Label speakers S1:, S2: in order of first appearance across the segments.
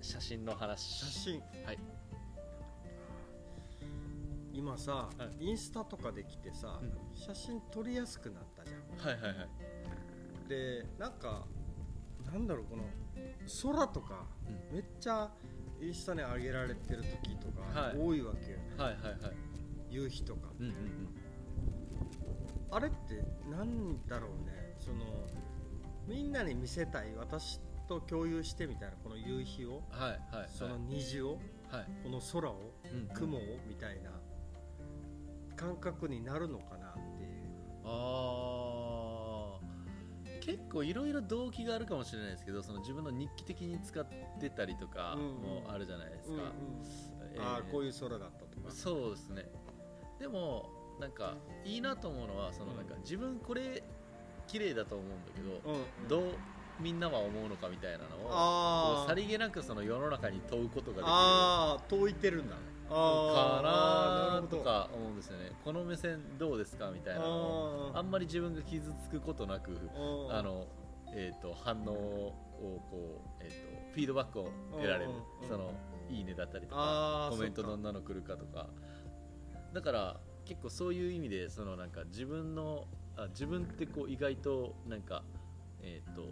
S1: 写真の
S2: 写
S1: 話
S2: 真
S1: はい
S2: 今さ、
S1: は
S2: インスタとかで来てさ、
S1: うん
S2: 写真撮りやすくなったじゃん
S1: はいはいはい
S2: でなんかなんだろうこの空とか、
S1: う
S2: めっちゃインスタに上げられてる時とか
S1: はい
S2: 多いわけよ、
S1: はいはいはい
S2: 夕日とか
S1: うんうんうん
S2: あれってなんだろうねそのみんなに見せたい私と共有してみたいなこの夕日を、
S1: はいはいはい
S2: その虹を
S1: はい
S2: この空を
S1: うん
S2: 雲をみたいな感覚になるのかなっていう
S1: あー結構いろいろ動機があるかもしれないですけどその自分の日記的に使ってたりとか
S2: うん
S1: もあるじゃないです
S2: うんう
S1: か、
S2: ん
S1: えー
S2: ああこういう空だったとか
S1: そうですねでもなんかいいなと思うのはそのなんか
S2: うん
S1: 自分これ綺麗だと思うんだけど、
S2: うん
S1: どうみんなは思うのかみたいなのをこ
S2: あ
S1: う
S2: ー
S1: さりげなくその世の中に問うことができる
S2: あー遠いてるんだ
S1: か
S2: ー
S1: なとか思うんですよねこの目線どうですかみたいなの
S2: あ
S1: を
S2: ー
S1: あんまり自分が傷つくことなく
S2: うん
S1: あの、えー、と反応をこう、えー、とフィードバックを得られる
S2: うんうん
S1: そのいいねだったりと
S2: あ
S1: か
S2: ー
S1: コメント
S2: そっ
S1: ど
S2: か
S1: んなの来るかとかだから結構そういう意味でそのなんか自分のあ自分ってこう意外となんか、えー、と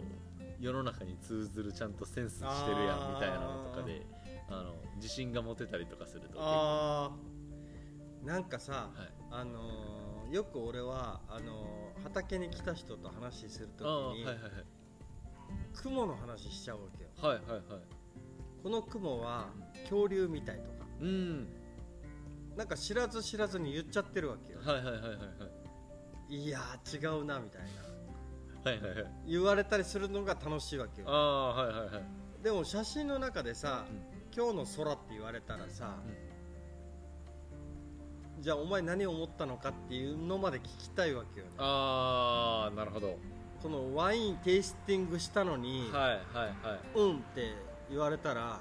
S1: 世の中に通ずるちゃんとセンスしてるやん
S2: あー
S1: みたいなのとかであの自信が持てたりとかすると
S2: あーなんかさ、
S1: はい
S2: あのーよく俺はあのー畑に来た人と話する
S1: あーは
S2: とき
S1: い
S2: に、
S1: はいはい
S2: 雲の話しちゃうわけよ
S1: はいはいはい
S2: この雲は恐竜みたいとか
S1: うん
S2: なんか知らず知らずに言っちゃってるわけよ
S1: はいはいはいはいはい
S2: いやー違うなみたいな
S1: はいはいはい
S2: 言われたりするのが楽しいわけ
S1: あ
S2: よ
S1: あはいはいはい
S2: でも写真の中でさ、
S1: うん
S2: 今日の空って言われたらさ、
S1: うん
S2: じゃあお前何を思ったのかっていうのまで聞きたいわけよね
S1: ああなるほどはい
S2: このワインテイスティングしたのに、
S1: はいは
S2: うんって言われたら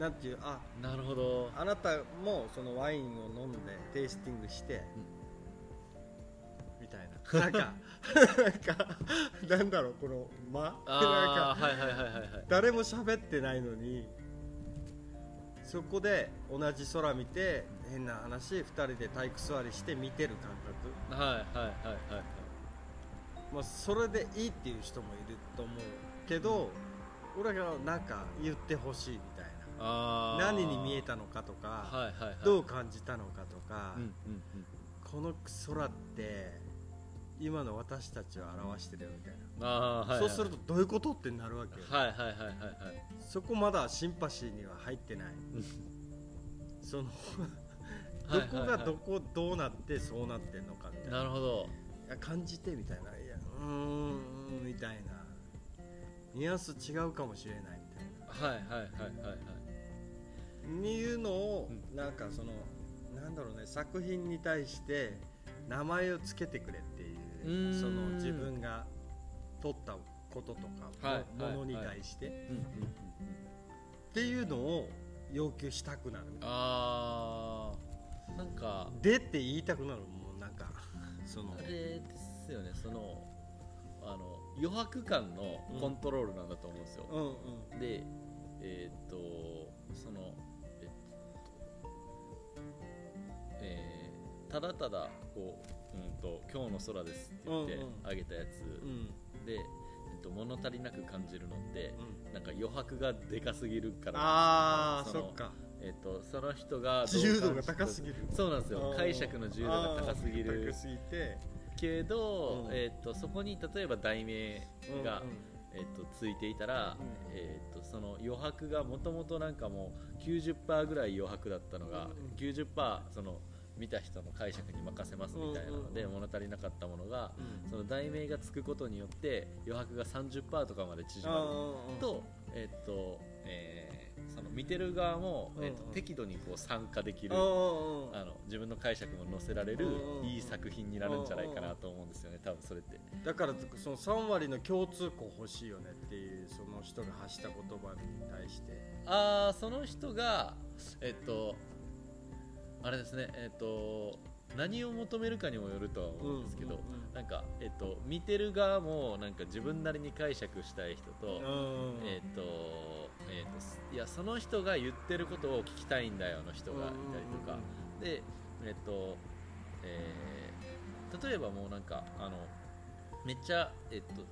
S2: なんていうあ
S1: いなるほ ど
S2: あなたもそのワインを飲んでテイスティングして、みたいななんかなんかなんだろうこの間な
S1: あ
S2: ん
S1: あ
S2: か
S1: はいはいはいはいはい
S2: 誰も喋ってないのにそこで同じ空見て変な話2人で体育座りして見てる感覚
S1: はいはいはいはい
S2: まあ、それでいいっていう人もいると思うけど、俺がなんか言ってほしいみたい
S1: あ
S2: な
S1: あ
S2: 何に見え
S1: た
S2: たのかとか、
S1: はいはいはいう
S2: どう感じたのかとか、
S1: うんうんうん
S2: この空って今の私たちを表してるよみたいな、
S1: ああーはいはい
S2: そうするとどういうことってなるわけよ、
S1: はいはいはいはいはい
S2: そこまだシンパシーには入ってないその
S1: は
S2: ど
S1: いはい
S2: こがどこどうなってそうなってんのかみたいな
S1: なるほど
S2: いや感じてみたいないやうーんみたいなニュアンス違うかもしれないみたいな
S1: はいはいはいはいはい
S2: にいうのを、
S1: うん
S2: なんかそのなんだろうね作品に対して名前を付けてくれっていう
S1: うーん
S2: その自分が撮ったこととか、
S1: はい
S2: もものに
S1: はいはい
S2: 対して、
S1: うんうんうん
S2: っていうのを要求したくなるみたい
S1: ああなんか
S2: なでって言いたくなるもうなんかその
S1: あれですよねそのあの余白感のコントロールなんだと思うんですよ
S2: うんうん
S1: でえーっとそのえっとえーただただこう、うんと「今日の空です」って言って
S2: うんうん
S1: あげたやつ、
S2: うん
S1: で、えっと、物足りなく感じるのって、
S2: う
S1: なんか余白がでかすぎるから
S2: ああ
S1: そ
S2: そ
S1: の
S2: っか
S1: えっと、その人がどう感じ
S2: 自由度が高すぎる
S1: そうなんですよ
S2: うん
S1: 解釈の自由度が高すぎ
S2: あー
S1: る
S2: 高すぎて
S1: けど、
S2: うん
S1: えっと、そこに例えば題名が、
S2: うんうん
S1: えっとついていたら、
S2: うん
S1: えっとその余白がもともとなんかもう90%ぐらい余白だったのが、
S2: うん
S1: 90%その見た人の解釈に任せますみたいなので、
S2: うんうん
S1: 物足りなかったものが、
S2: うん
S1: その題名がつくことによって余白が30%とかまで縮まると,、えっとえーその見てる側も、えっと
S2: うんうん
S1: 適度にこう参加でき
S2: い
S1: る。
S2: うんうん
S1: あの自分の解釈も載せられる
S2: うんうん
S1: いい作品になるんじゃないかなと思うんですよね、多分それって。
S2: だからその3割の共通項欲しいよねっていうその人が発した言葉に対して
S1: あーその人がえっとあれですねえっと何を求めるかにもよるとは思うんですけど、
S2: うんうんうん
S1: なんか、えっと、見てる側もなんか自分なりに解釈したい人と、
S2: うん
S1: えっとえっといやその人が言ってることを聞きたいんだよの人がいたりとか、でえっと、えー例えばもうなんかあのめっちゃ、えっと、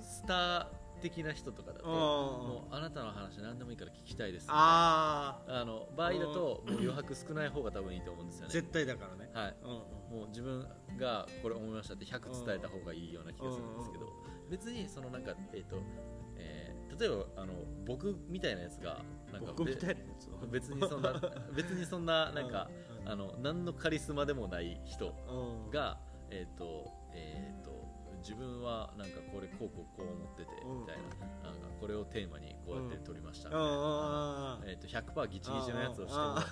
S1: スター的な人とかだと
S2: うん
S1: もうあなたの話何でもいいから聞きたいですみたいな
S2: あ
S1: あの場合だともう余白少ない方が多分いいと思うんですよ
S2: あ
S1: ね
S2: 絶、対だからね
S1: はい、
S2: うんうん
S1: もう自分がこれ思いましたって100伝えた方がいいような気がするんですけど別にそのなんかえっ、と、えー例えばあの僕みたいなやつがなんか
S2: 僕み
S1: べ
S2: たいなやつを
S1: 別にそんな 別にそんななんか、
S2: うん
S1: あの何のカリスマでもない人
S2: うん
S1: がえっ、とえっ、と自分はなんかこれこうこうこう思ってて
S2: うん
S1: みたいななんかこれをテーマにこうやって撮りました、
S2: うんうんうん
S1: えー、と100%ギチギチのやつをしても
S2: あ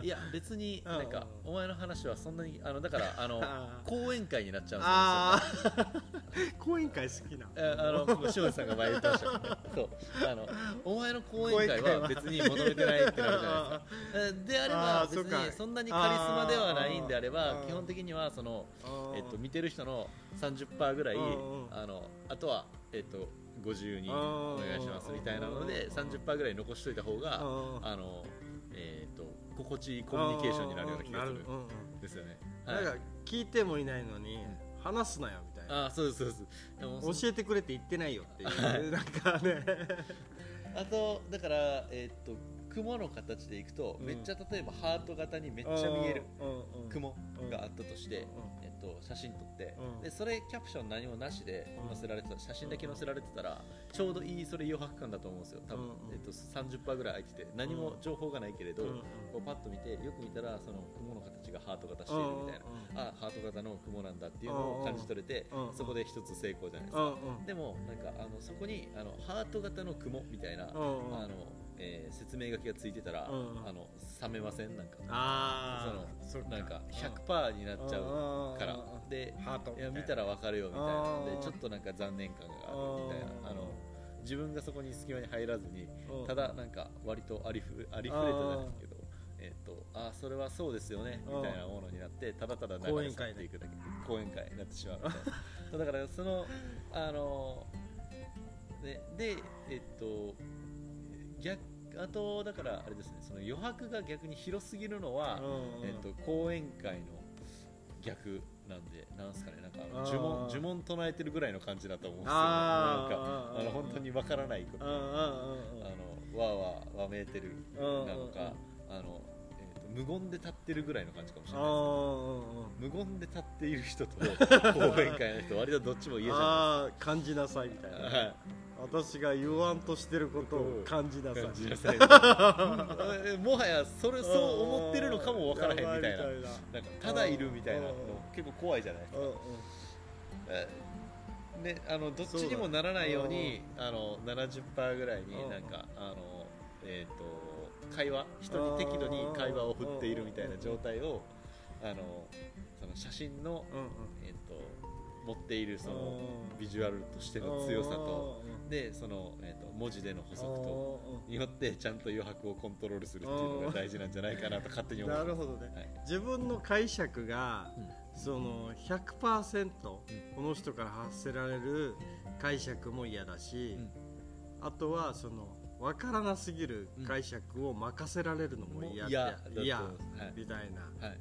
S1: えいや別になんかお前の話はそんなにあのだからあ の
S2: あ
S1: 講演会になっちゃうん
S2: あー講演会好きな
S1: ですよ。えあのもう塩見さんが前言ってましたけどそうあのお前の講演会は別に求めてないってなるじゃないですかえであれば
S2: あー
S1: 別
S2: そう
S1: に
S2: か
S1: そんなにカリスマではないんであれ
S2: あ
S1: ば
S2: ー
S1: 基本的にはその、
S2: あー
S1: えっと、見てる人の30%ぐらい
S2: うんうん
S1: あのあとは、えっと、ご自由に
S2: あー
S1: お願いしますみたいなので
S2: うん
S1: 30%ぐらい残しといた方
S2: あ
S1: が
S2: ー
S1: あの、えっと心地いいコミュニケーションになるような気がする
S2: なうんうん
S1: んですよね。
S2: なん
S1: は
S2: か
S1: い
S2: 聞いてもいないのに
S1: ん
S2: 話すなよみたいな
S1: あーそうですそうですでもその
S2: 教えてくれって言ってないよっていう なんか ね
S1: あとだからえーっと雲の形でいくと、
S2: うん
S1: めっちゃ例えばハート型にめっちゃ見える
S2: うんうん
S1: 雲があったとして、えっと、写真撮って、
S2: うん
S1: でそれキャプション何もなしで
S2: うん
S1: 載せられてた写真だけ載せられてたらちょうどいいそれ余白感だと思うんですよ多分、
S2: うんうん
S1: えっと、30%ぐらい空いてて何も情報がないけれど、
S2: うんうん
S1: こうパッと見てよく見たらその雲の形がハート型して
S2: う
S1: い
S2: ん
S1: る
S2: うん
S1: みたいな、あハート型の雲なんだっていうのを感じ取れて、
S2: うんうん
S1: そこで一つ成功じゃないです
S2: う
S1: か、
S2: んうん
S1: でもなんかあのそこにあのハート型の雲みたいな、
S2: うんうん
S1: あのえー説明書きがついてたら、
S2: うんうん
S1: あの冷めませんなんか
S2: ああ
S1: そのなんか
S2: っ
S1: 100%になっちゃうから
S2: うんうんうんうん
S1: で
S2: ハート
S1: いや見たらわかるよみたい
S2: うんうんう
S1: なんでちょっとなんか残念感があるみたい
S2: うん
S1: なあの自分がそこに隙間に入らずに
S2: うん
S1: ただなんか割とありふありふれたじゃないですけど。えっとあーそれはそうですよね
S2: うん
S1: みたいなものになってただただ流れ去っていくだけ講演会になってしまうみたいな だからそのあのででえっと逆あとだからあれですねその余白が逆に広すぎるのは、
S2: うんうん
S1: えっと、講演会の逆なんでなんすかねなんかあの
S2: あー
S1: 呪文呪文唱えてるぐらいの感じだと思うんですよ
S2: あー
S1: なんかあの本当にわからないこと
S2: うんうんうん
S1: あのわーわーわめいてる
S2: うんうんうん
S1: なのかあの、えっと無言で立ってるぐらいの感じかもしれ
S2: うん
S1: ないです
S2: うんう
S1: 無
S2: ん
S1: 言で立っている人と 講演会の人割とどっちも嫌じゃ
S2: ああ感じなさいみたい
S1: な
S2: ない
S1: ですか。はい
S2: 私が言わんとしてることを感じなさい
S1: 感じな さいうんもはやそれそう思ってるのかもわからへんみたいな
S2: やばみたい
S1: なんかただいるみたいなの
S2: うん
S1: 結構怖いじゃない
S2: うんうん
S1: えーね、あのどっちにもならないようにあの70%ぐらいに
S2: うん
S1: なんかあの、えー、と会話人に適度に会話を振っているみたいな状態をあのその写真の、
S2: うん
S1: えー、と持っているその
S2: うん
S1: ビジュアルとしての強さとでその、えー、と文字での補足とによってちゃんと余白をコントロールするっていうのが大事なんじゃないかなと勝手に
S2: うん
S1: 思
S2: な
S1: う
S2: るほどね、
S1: はい
S2: 自分の解釈が、
S1: うん
S2: その100%この人から発せられる解釈も嫌だし、あとはその分からなすぎる解釈を任せられるのも
S1: もう
S2: 嫌って
S1: 嫌だと思います
S2: 嫌
S1: はい
S2: みたいな
S1: はい、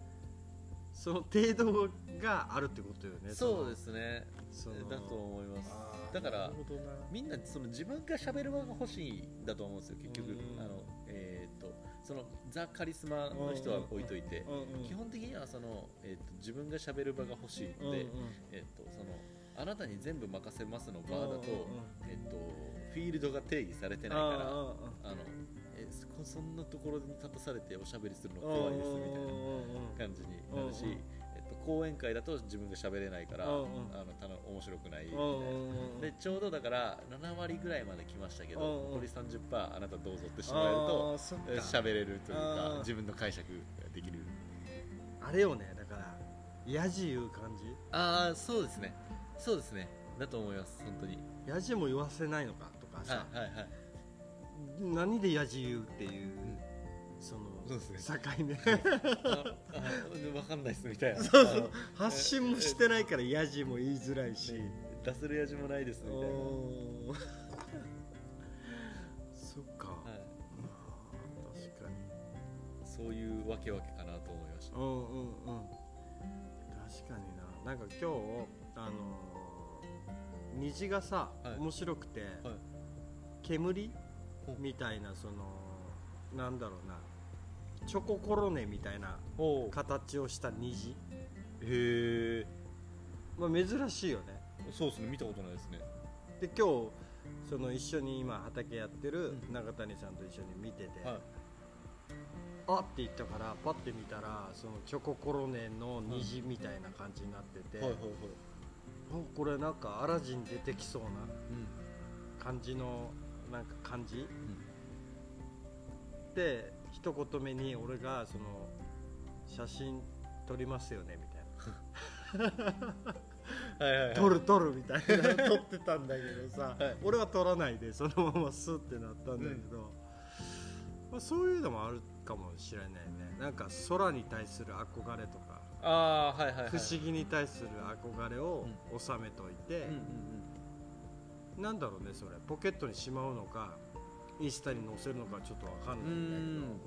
S2: その程度があるってことよね
S1: そうですね
S2: その
S1: だと思います
S2: あー
S1: だから
S2: なるほどな
S1: みんなその自分が喋る場が欲しいんだと思うんですよ結局
S2: うん
S1: あのえーっとそのザ・カリスマの人は置いといて
S2: うんうん
S1: 基本的にはそのえーっと自分が喋る場が欲しいのでえーっとそのあなたに全部任せますの場だと
S2: うんうん
S1: えーっとフィールドが定義されてないからあのえそこそんなところに立たされておしゃべりするの怖いですみたいな感じになるし
S2: うんうん
S1: えーっと講演会だと自分が喋れないからあ
S2: うんう
S1: の
S2: ん
S1: たの面白くないみたいな
S2: み
S1: でちょうどだから7割ぐらいまで来ましたけど
S2: うんうん
S1: 残り30%あなたどうぞってしてもらえるとえー喋れるという
S2: あ
S1: か
S2: ー
S1: 自分の解釈ができる
S2: あれよねだからやじ言う感じ
S1: ああそうですねそうですねだと思います本当に
S2: やじも言わせないのかとかさ
S1: はいはいはい
S2: 何でやじ言うっていうその
S1: そうです
S2: 境目
S1: あ分かんないっすみたいな
S2: そうそう発信もしてないからやじも言いづらいし、
S1: あの出せるやじもないですみたいな、は
S2: おーそっ
S1: い、
S2: か、まあ確かに
S1: そういうわけわけかなと思いました
S2: うんうんうん確かにななんか今日あのー虹がさ、
S1: はい
S2: 面白くて、
S1: はい
S2: 煙
S1: ほう
S2: みたいなそのなんだろうなチョココロネみたいな
S1: おへ
S2: 形をした虹、
S1: え
S2: まあ、珍しいよね
S1: そうですね見たことないですね
S2: で今日その一緒に今畑やってる
S1: うん
S2: 中谷さんと一緒に見てて、
S1: はい
S2: あって言ったからパッて見たらそのチョココロネの虹みたいな感じになってて、
S1: はいはいはい
S2: おこれなんかアラジン出てきそうな
S1: うん
S2: 感じのなんか感じ、で一言目に俺がその写真撮りますよねみたいな
S1: はいはいはい
S2: 撮る撮るみたい な撮ってたんだけどさ、
S1: はい
S2: 俺は撮らないでそのままスッてなったんだけど、まあ、そういうのもあるかもしれないねなんか空に対する憧れとか
S1: ああはいはいはい
S2: 不思議に対する憧れを収めといて、
S1: うんうん
S2: なんだろうねそれポケットにしまうのかインスタに載せるのかちょっとわかんないんだ
S1: うん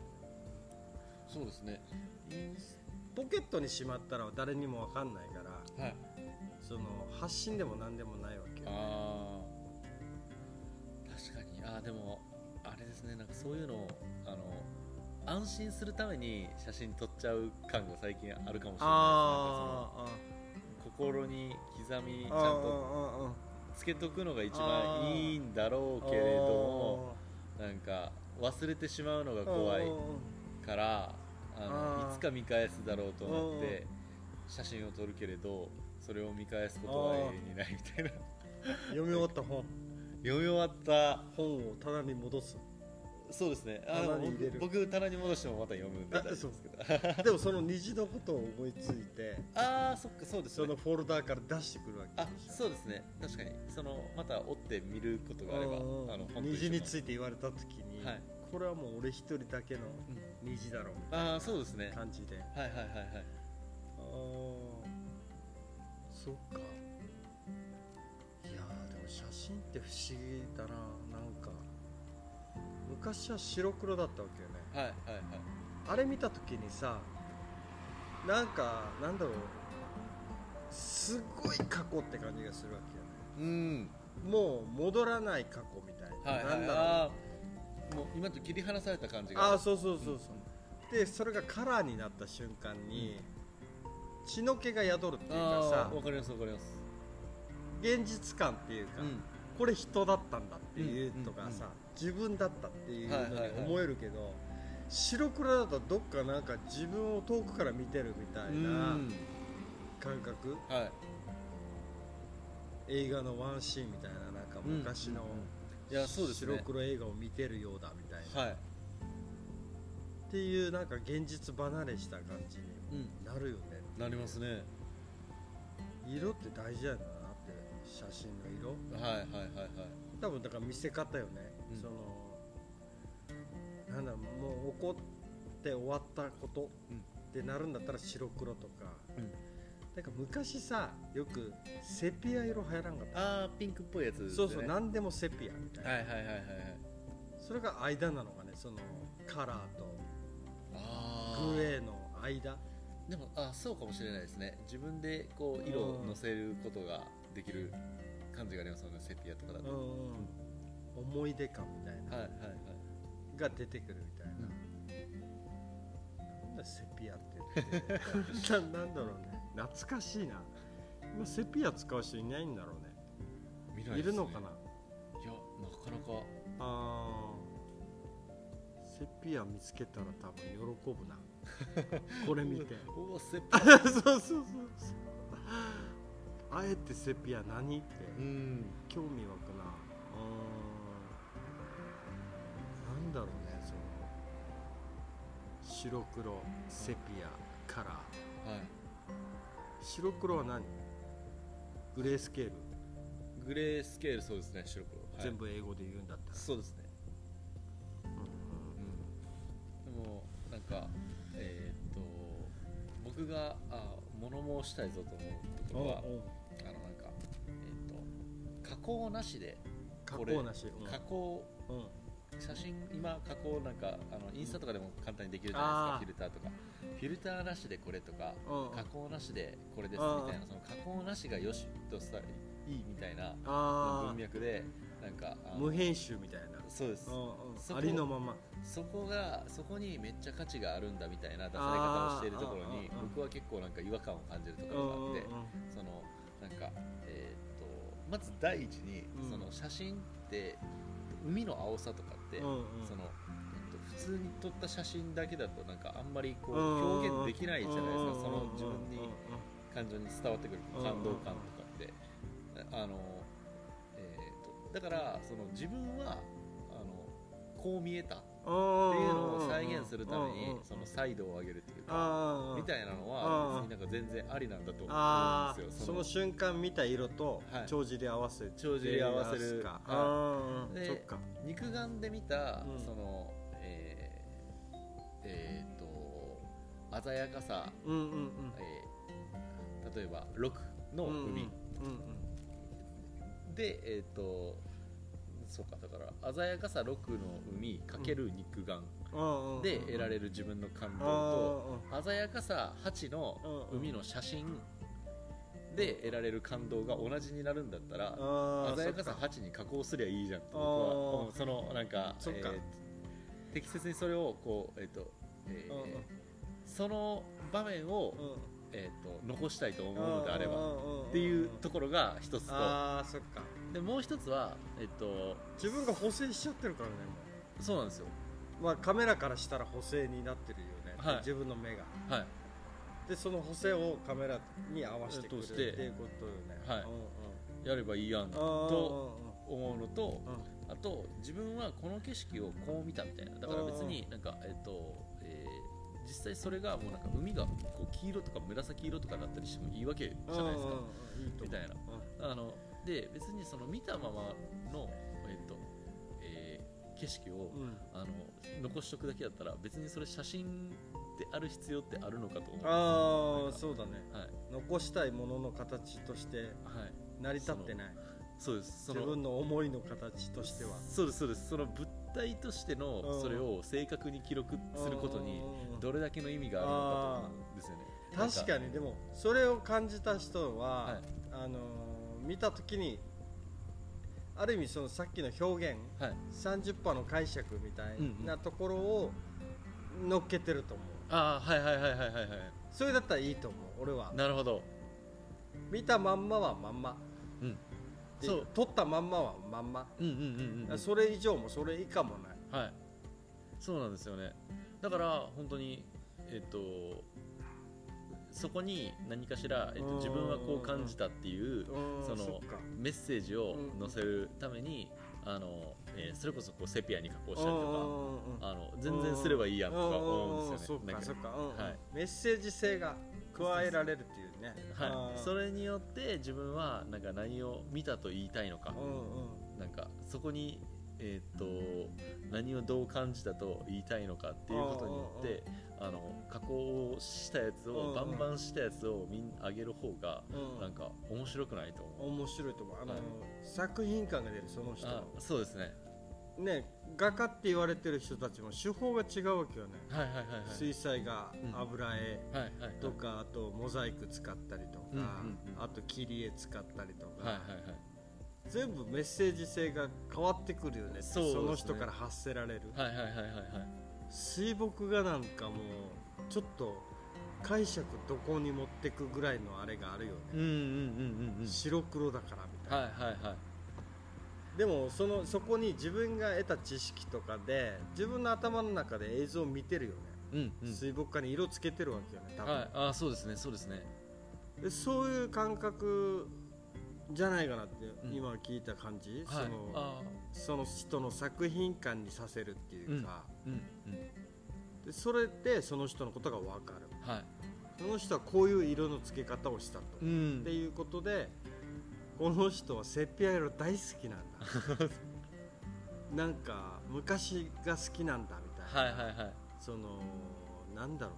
S1: そうですね
S2: けどポケットにしまったら誰にもわかんないから
S1: はい
S2: その発信でも何でもないわけよ
S1: ああ確かにああでもあれですねなんかそういうのをあの安心するために写真撮っちゃう感が最近あるかもしれな
S2: あ
S1: いですなんかその心に刻み
S2: ー
S1: ちゃん
S2: あーあ
S1: と
S2: ーあ
S1: つけとくのが一
S2: あ
S1: 番
S2: ー
S1: いいんだろ
S2: ー
S1: うけれどもなんか忘れてしまうのが怖い
S2: うんうんうん
S1: からあ
S2: あ
S1: のい
S2: ー
S1: つか見返すだろうと思って写真を撮るけれどそれを見返すことは永遠にないみたいな
S2: 読み終わった本
S1: 読み終わった
S2: 本を棚に戻す
S1: そうですねあ
S2: 棚に
S1: の
S2: 入れる
S1: 僕僕棚に戻してもまた読むんで
S2: あ
S1: 大丈夫ですけど
S2: でもその虹のことを思いついて
S1: ああそっかそうです
S2: そ
S1: ね
S2: のフォルダーから出してくるわけ
S1: あ
S2: でしょ
S1: そうですね確かにそのまた追って見ることがあればあ
S2: うんうん
S1: の本当
S2: 虹につ
S1: い
S2: いて言われた時に、
S1: はい
S2: これはもう俺一人だけの虹だろうみたい
S1: ああそうですね
S2: な感じで、
S1: はいはいはいはい
S2: ああそっかいやーでも写真って不思議だななんか昔は白黒だったわけよね
S1: はいはいはい
S2: あれ見た時にさなんかなんだろうすごい過去って感じがするわけよね
S1: うん
S2: もう戻らない過去みたいな、
S1: はいはい
S2: なんだろう
S1: あーもう今と切り離された感じが
S2: あーそうそうそうそう、でそれがカラーになった瞬間に、血の気が宿るっていうか
S1: あ
S2: さ
S1: ーわかりますわかります
S2: 現実感っていうか、
S1: うん
S2: これ人だったんだっていうとかさ、自分だったっていうのに思えるけど、白黒だとどっかなんか自分を遠くから見てるみたいな
S1: うん
S2: 感覚
S1: はい
S2: 映画のワンシーンみたいななんか昔の
S1: いやそうですね
S2: 白黒映画を見てるようだみたいな、
S1: はい
S2: っていうなんか現実離れした感じになるよね、
S1: なりますね
S2: 色って大事やなって写真の色
S1: はいはいはいはい
S2: 多分だから見せ方よね、
S1: うん
S2: そのなんだろうもう怒って終わったこと
S1: うん
S2: ってなるんだったら白黒とか、
S1: うん
S2: なんか昔さよくセピア色流行らんかった、
S1: あーピンクっぽいやつですね
S2: そうそう何でもセピアみたいな、
S1: はいはいはいはいはい
S2: それが間なのかねそのカラーと
S1: あ
S2: グ
S1: ー
S2: レーの間
S1: でもあそうかもしれないですね自分でこう色をのせることができる感じがありますよねセピアとかだ
S2: う
S1: と、
S2: んうん思い出感みたい
S1: は
S2: な
S1: いはい
S2: が出てくるみたいな、なんだセピアって言ってななんだろうね懐かしいな今セピア使う人いないんだろうね
S1: はい見
S2: い
S1: ないですね
S2: るのかない
S1: やなかなか
S2: あーセピア見つけたら多分喜 ぶなこれ見て
S1: おおセピ ア
S2: そうそうそうそうあえてセピア何って
S1: うん
S2: 興味湧くなうーんなんだろうねその白黒セピアカラー
S1: はい
S2: 白黒は何グレースケール、
S1: グレースケールそうですね白黒、はい
S2: 全部英語で言うんだったら
S1: そうですね、
S2: う
S1: う
S2: ん
S1: ん、でもかえーっと僕があ物申したいぞと思うことはあのなんかえーっと加工なしで
S2: 加
S1: これ
S2: 工なし、うん
S1: 加工
S2: うん
S1: 写真今加工なんかあのインスタとかでも簡単にできるじゃないですかフィルターとかフィルターなしでこれとか
S2: うん
S1: 加工なしでこれです
S2: あー
S1: みたいなその加工なしがよしとしたらいいみたいな
S2: あ
S1: 文脈でなんかあ
S2: あ
S1: の
S2: 無編集みたいな、
S1: そうです
S2: う
S1: そ
S2: んうん、
S1: こ
S2: ありのまま
S1: そこがそこにめっちゃ価値があるんだみたいな出され方をしているところに
S2: あーあーあー
S1: 僕は結構なんか違和感を感じるとこ
S2: うん
S1: ろが
S2: うん
S1: あ
S2: う
S1: っ
S2: ん
S1: てそのなんかえーっとまず第一に
S2: うん
S1: その写真って海の青さとかって
S2: うんうん
S1: そのえっと普通に撮った写真だけだとなんかあんまりこう
S2: うんうん
S1: 表現できないじゃないですかその自分
S2: うんうん
S1: に感情に伝わってくる
S2: うん
S1: 感動感とかってあの、えーとだからその自分はあのこう見えたっていうのを再現するため
S2: うんうん
S1: に
S2: うん
S1: そのサイドを上げるっていうか
S2: あー
S1: みたいなの
S2: うんう
S1: は
S2: ん
S1: 別になんか全然ありなんだと
S2: あ
S1: 思うんで
S2: ー
S1: すよ
S2: その瞬間見た色と
S1: はい
S2: 帳尻合わせて
S1: 帳尻合わせる
S2: か
S1: はい
S2: あー
S1: で
S2: そっか
S1: 肉眼で見た、
S2: うん
S1: そのえーえーと鮮やかさ、
S2: うんうんうん
S1: えー例えば6の
S2: うんうん
S1: 海、
S2: うんうん
S1: でえっ、とそうかだから鮮やかさ6の海かける肉眼
S2: うんうんうん
S1: で得られる自分の感動と、鮮やかさ8の海の写真で得られる感動が同じになるんだったら
S2: あーあー
S1: 鮮やかさ
S2: そっ
S1: 8に加工すりゃいいじゃんと僕は
S2: あー
S1: うんそのなんか
S2: そっか
S1: えー適切にそれをこうえっ、と、えー
S2: うんうん
S1: その場面を、
S2: うん
S1: えー、と残したいと思うのであれば
S2: うんうんうん
S1: っていうところが一つと
S2: あーそっか
S1: でもう一つはえっ、と
S2: 自分が補正しちゃってるからねも
S1: そうなんですよ
S2: うまあカメラからしたら補正になってるよね、
S1: はい
S2: 自分の目が
S1: はい
S2: でその補正をカメラに合わせてくるっ
S1: 通
S2: て
S1: して
S2: いうことよね
S1: はいやればいいやんと
S2: と
S1: 思うのと
S2: うん
S1: あと自分はこの景色をこう見たみたいなだから別になんかえっ、と、えー実際それがもうなんか海がこう黄色とか紫色とかだったりしてもいいわけじゃないですか
S2: うんうんうんいいと思う
S1: みたいなあので別にその見たままの、えっとえー景色を、
S2: うんうん
S1: あの残しとくだけだったら別にそれ写真である必要ってあるのかと思う
S2: あ
S1: な
S2: あ
S1: んか
S2: そうだね
S1: はい
S2: 残したいものの形として
S1: はい、
S2: 成り立ってない
S1: そうですそ
S2: 自分の思いの形としては
S1: そうですそうですその物体として
S2: う
S1: の
S2: ん
S1: それを正確に記録することに
S2: うん
S1: どれだけの意味があるのかと思うんですよね
S2: 確か
S1: に
S2: にでもそれを感じた人は、
S1: はい
S2: あのー見た時にある意味そのさっきの表現
S1: はい
S2: 30%の解釈みたい
S1: うんうん
S2: なところを乗っけてると思う、
S1: ああはいはいはいはいはいはい
S2: それだったらいいと思う俺は
S1: なるほど
S2: 見たまんまはまんま
S1: うん
S2: で
S1: そう
S2: 撮ったまんまはまんま、
S1: うんうんうんうん
S2: それ以上もそれ以下もない
S1: はいそうなんですよねだから本当にえっとそこに何かしら、えっ
S2: うん
S1: と、自分はこう感じたっていう
S2: うん
S1: その
S2: そっか
S1: メッセージを載せるために、あのえーそれこそこうセピアに加工したりとかあの全然すればいいやんとか思うんですよね。
S2: うんうんうんそっかそ
S1: だ
S2: っか、うんうん
S1: はい
S2: メッセージ性が加えられるっていうね
S1: けどはい、そ
S2: れ
S1: れによって自分はなんか何を見たと言いたいのか
S2: うんうん
S1: なんかそこに、えーっと何をどう感じたと言いたいのかっていうことによってあの加工したやつ
S2: うんう
S1: を
S2: ん
S1: バンバンしたやつをみん上げる方が
S2: うん
S1: なんか面白くないと思う。
S2: 面白いと思うあの、
S1: はい
S2: 作品感が出るその人
S1: あ
S2: の
S1: そうですね。
S2: ね画家って言われてる人たちも手法が違うわけよね、
S1: はいはいはいはい。
S2: 水彩画
S1: うん
S2: 油絵
S1: はいはいはい。
S2: とか、あとモザイク使ったりとか、
S1: うんうんうん
S2: あと切り絵使ったりとか、
S1: はいはいはい。
S2: 全部メッセージ性が変わってくるよねそ
S1: そうですね
S2: の人から発せられる
S1: はいはいはいはいはい
S2: 水墨画なんかもうちょっと解釈どこに持ってくぐらいのあれがあるよね、
S1: うんうんうんうんうん
S2: 白黒だからみたいな、
S1: はいはいはい
S2: でもそのそこに自分が得た知識とかで自分の頭の中で映像を見てるよね、
S1: うんうん
S2: 水墨画に色つけてるわけよね多分、
S1: はいあーそうですねそうですね
S2: でそういう感覚じゃないかなって、
S1: ん
S2: 今聞いた感じ、
S1: はい
S2: その
S1: あ
S2: その人の作品感にさせるっていうか、
S1: ーうんうん
S2: でそれでその人のことが分かる
S1: はい
S2: その人はこういう色の付け方をしたと、
S1: ん
S2: っていうことでこの人はセピア色大好きなん だなんか昔が好きなんだみたいな、
S1: はいはいはい
S2: そのなんだろ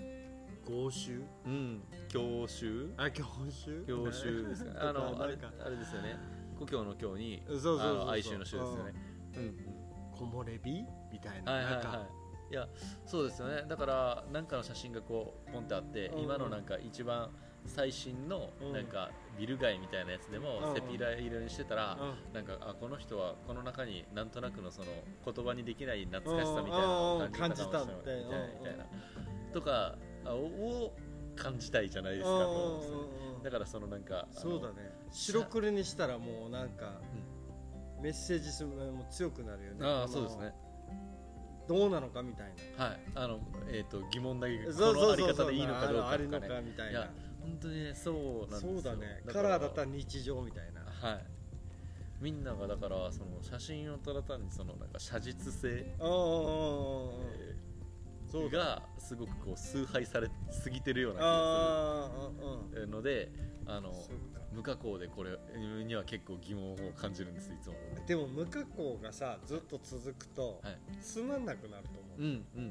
S2: うね合衆
S1: うん教習
S2: あ教習
S1: 教習ですかね あ
S2: なん
S1: の
S2: か
S1: あれあれですよね故郷の郷に
S2: そうそうそうそう
S1: あの哀愁の衆ですよねうん
S2: 木漏れ日みたい
S1: うん
S2: な,、
S1: はいはい
S2: なんか、
S1: はいいやそうですよねだから何かの写真がこうポンってあって、
S2: うん
S1: 今のなんか一番最新の
S2: うん
S1: なんかビル街みたいなやつで
S2: うんう
S1: も
S2: ん
S1: セピラ色にしてたら、
S2: うん
S1: なんかあこの人はこの中になんとなくのその言葉にできない懐かしさみたいな
S2: うん
S1: のを感じたかもしれないみ
S2: うん
S1: たいな
S2: うん
S1: みたいなとかあをを感じたいじゃないですかと思うんですよね
S2: うんうんうん
S1: だからそのなんかあの
S2: そうだね白黒にしたらもうなんか、メッセージ性も強くなるよね
S1: ああそうですね
S2: どうなのかみたいな
S1: はいあのえっ、と疑問だけこ
S2: そう
S1: の
S2: そ
S1: あ
S2: う
S1: り
S2: そう
S1: 方
S2: そう
S1: でいいのかどう
S2: あ
S1: か
S2: あり
S1: と
S2: の
S1: か
S2: か
S1: ね
S2: みたい
S1: い
S2: な
S1: や本当にねそうなんです
S2: そ
S1: よ
S2: うだねカ
S1: から
S2: ラーだったら日常みたいな
S1: はいみんながだからその写真をただ単にそのなんか写実性
S2: うんうんうんうんうん
S1: え
S2: そう
S1: ー
S2: だ
S1: がすごくこう崇拝されすぎてるような気が
S2: ああうんうん
S1: するのであの
S2: そっか
S1: 無加工でこれには結構疑問を感じるんですいつも
S2: でも無加工がさずっと続くと、
S1: はい
S2: つまんなくなると思
S1: うんうん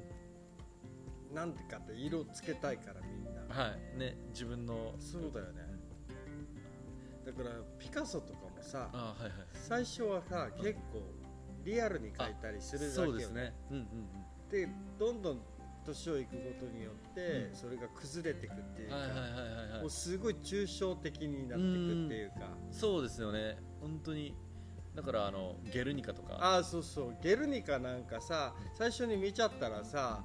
S2: うなんでかって色つけたいからみんな
S1: はいね自分の
S2: そうだよねだからピカソとかもさ
S1: あはいはい
S2: 最初はさ
S1: うん
S2: 結構リアルに描いたりするだけよ
S1: そうですねうんうんうん
S2: でどんどん年をいくことによって、
S1: うん
S2: それが崩れていくっていうか、
S1: はいはいはいはい、は
S2: も、
S1: いう
S2: すごい抽象的になっていくっていうか、
S1: そうですよね本当にだからあの「ゲルニカ」とか
S2: ああそうそう「ゲルニカ」なんかさ最初に見ちゃったらさ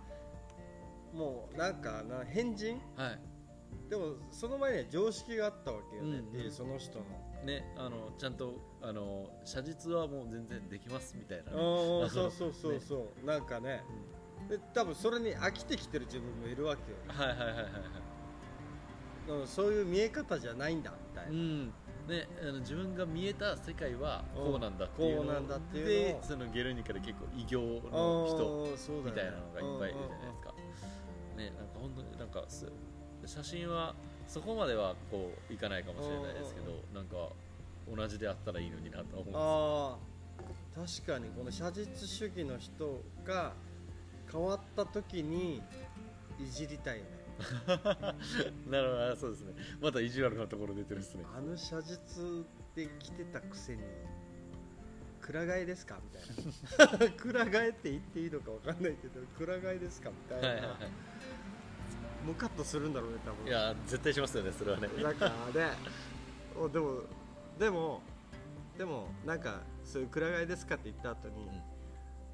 S2: もうなんかな変人
S1: は
S2: でもその前には常識があったわけよね
S1: う
S2: っ
S1: ん
S2: ていう、その人の
S1: いねあのちゃんとあの写実はもう全然できますみたいなね、
S2: うんうん
S1: あそ
S2: そううそうそうそう、なんかねで多分それに飽きてきてる自分もいるわけよ
S1: うん、はいはいはいはいはい
S2: うんそういう見え方じゃないんだみたいな、
S1: うんね、あの自分が見えた世界はこうなんだっていうの
S2: うんこうなんだっていうのを
S1: でそのゲルニカで結構異形の人
S2: ああそう
S1: み
S2: だよ
S1: た
S2: ね
S1: いなのがいっぱいいるじゃないですか、ね、なんか本当になんかす写真はそこまではこういかないかもしれないですけど
S2: う
S1: なんか同じであったらいいのになとは思うんですよ
S2: ああ確かにこの写実主義の人が変わった時にいじりたいよね
S1: なるほどあそうですねまた意地悪なところ出てるっすね
S2: あの写実で来てたくせに「くら替えですか?」みたいな「 くら替え」って言っていいのか分かんないけど「くら替えですか?」みたいな、
S1: はいはいは
S2: もうカットするんだろうね多分
S1: いいや絶対しますよねそれはね
S2: なんかねおでもでもでもなんかそういう「くら替えですか?」って言った後に、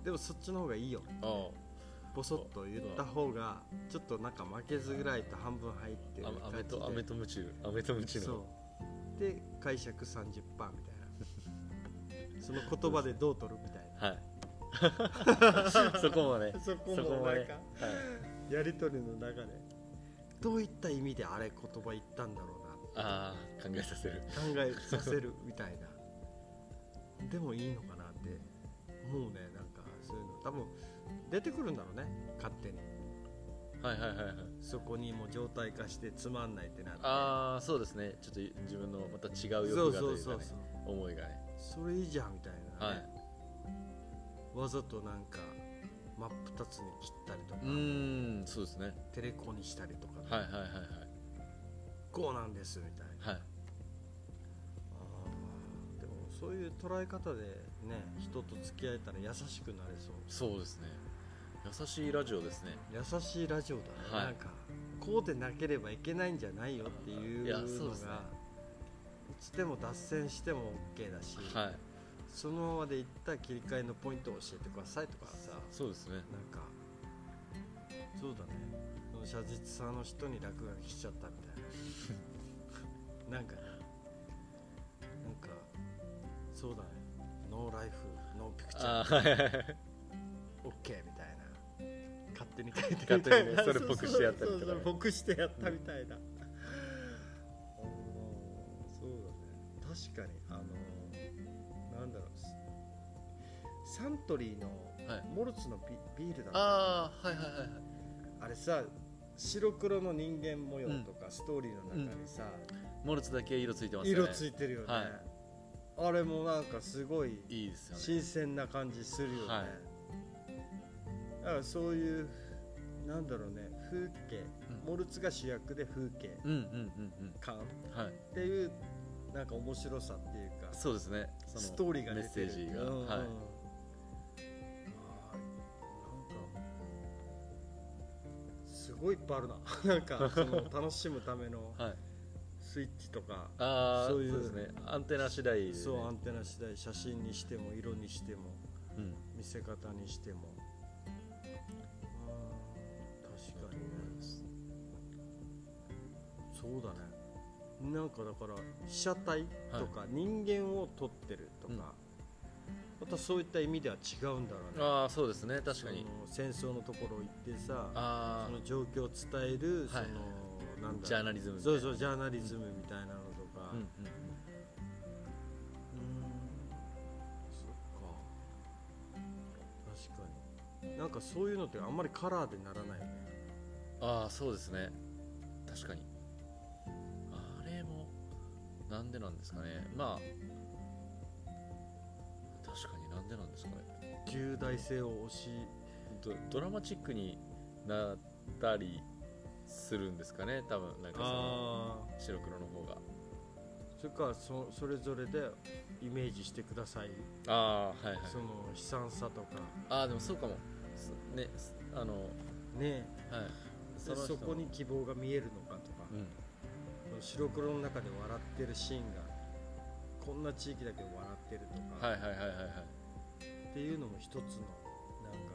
S2: でもそっちの方がいいよ
S1: あ
S2: ボソッと言った方がちょっとなんか負けずぐらいと半分入ってる
S1: あ
S2: 感
S1: あ
S2: じ
S1: め
S2: で
S1: とあめとむちゅあめとむちの
S2: そうで解釈30%みたいなその言葉でどう取るみたい
S1: はい そこまで
S2: なそこ
S1: そこ
S2: も
S1: ま
S2: な
S1: で
S2: んかやり取りの中でどういった意味であれ言葉言ったんだろうな
S1: ああ考えさせる
S2: 考えさせるみたいなでもいいのかなってもうねなんかそういうの多分出てくるんだろうね勝手に
S1: はいはいはいはい
S2: そこにもう状態化してつまんないってなって
S1: ああそうですねちょっと自分のまた違う
S2: そ
S1: 欲
S2: う
S1: が
S2: そ
S1: と
S2: う
S1: いうか
S2: そ
S1: ね
S2: うそう
S1: 思いがね
S2: それいいじゃんみたいな、
S1: は
S2: ねわざとなんか真っ二つに切ったりとか、
S1: いうんそうですね
S2: テレコにしたりとか、
S1: はいはいはいはい
S2: こうなんですみたい
S1: は
S2: な
S1: い
S2: あーでもそういう捉え方でね人と付き合えたら優しくなれそう
S1: そうですね優しいラジオですね
S2: 優しいラジオだね、
S1: はい
S2: なんかこうでなければいけないんじゃないよっていう
S1: いや
S2: の
S1: そう
S2: が
S1: ですね
S2: いつでも脱線しても OK だし、
S1: はい
S2: そのままでいった切り替えのポイントを教えてくださいとかさ
S1: そうですね
S2: なんかそうだねその写実さの人に落書きしちゃったみた いななんかねなんかそうだねノーライフノーピクチャ
S1: あ
S2: ー
S1: あはいはいはい
S2: オッケーみたいな勝手に書いて
S1: 勝手に ねそれ僕してやったりとかね
S2: そうそうそう僕してやったみたいな、おーそうだね確かにあのーなんだろうすサントリーの
S1: はい
S2: モルツのビビールだった
S1: ああはいはいはいはい
S2: あれさ白黒の人間模様とかストーリーの中にさ、
S1: モルツだけ色ついてますよね
S2: 色ついてるよね、
S1: は
S2: あれもなんかすごい
S1: いいですよね
S2: 新鮮な感じするよね、
S1: はい
S2: だからそういうなんだろうね風景
S1: うん
S2: モルツが主役で風景
S1: うんうんうん
S2: 感っ
S1: うんはい
S2: ていうなんか面白さっていうか
S1: そうですねその
S2: ストーリーが
S1: メ
S2: 出
S1: ッ
S2: て
S1: セ
S2: る
S1: ージが、
S2: うんうん
S1: はい
S2: あーなんかすごいいっぱいあるな なんかその楽しむための
S1: はい
S2: スイッチとか
S1: ああ
S2: そ
S1: そう
S2: ういう
S1: ですねアンテナ次第で、ね、
S2: そうアンテナ次第写真にしても色にしても
S1: うん
S2: 見せ方にしてもうん確かにねそうだねなんかだから被写体とか人間を撮ってるとか、
S1: うん
S2: またそういった意味では違うんだろうね
S1: ああそうですね確かに
S2: その戦争のところ行ってさ
S1: あ
S2: その状況を伝える、
S1: はい
S2: そのなん
S1: あ
S2: だ
S1: ジャーナリズムみたい
S2: そ
S1: な
S2: うそうジャーナリズムみたいなのとか、
S1: うんうん
S2: うーんそっか確かになんかそういうのってあんまりカラーでならないよね
S1: ああそうですね確かにあれもなんでなんですかねまあ確かになんでなんですかね
S2: 重大性を押し
S1: ドドラマチックになったりするんですかね多分なんかその白黒の方が
S2: それかそそれぞれでイメージしてください、
S1: ああはいはい
S2: その悲惨さとか
S1: ああでもそうかもすねすあの
S2: ね
S1: はい
S2: そ
S1: の人
S2: そ
S1: の
S2: こに希望が見えるのかとか、
S1: うん
S2: その白黒の中で笑ってるシーンがこんな地域だけど笑ってるとか、
S1: はいはいはいはいはい
S2: っていうのも一つのなんか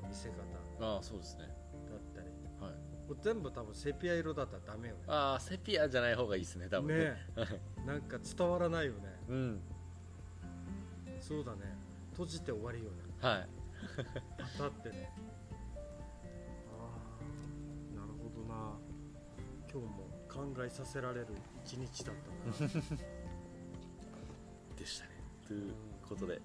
S2: 見せ方だ
S1: ああそうですね
S2: ったり
S1: はい
S2: これ全部多分セピア色だったらダメよね
S1: ああセピアじゃない方がいいですね多分ね
S2: ねえなんか伝わらないよね
S1: うん
S2: そうだね閉じて終わりよね
S1: はい
S2: 当たってねああなるほどな今日も考えさせられる一日だったな
S1: でしたねということで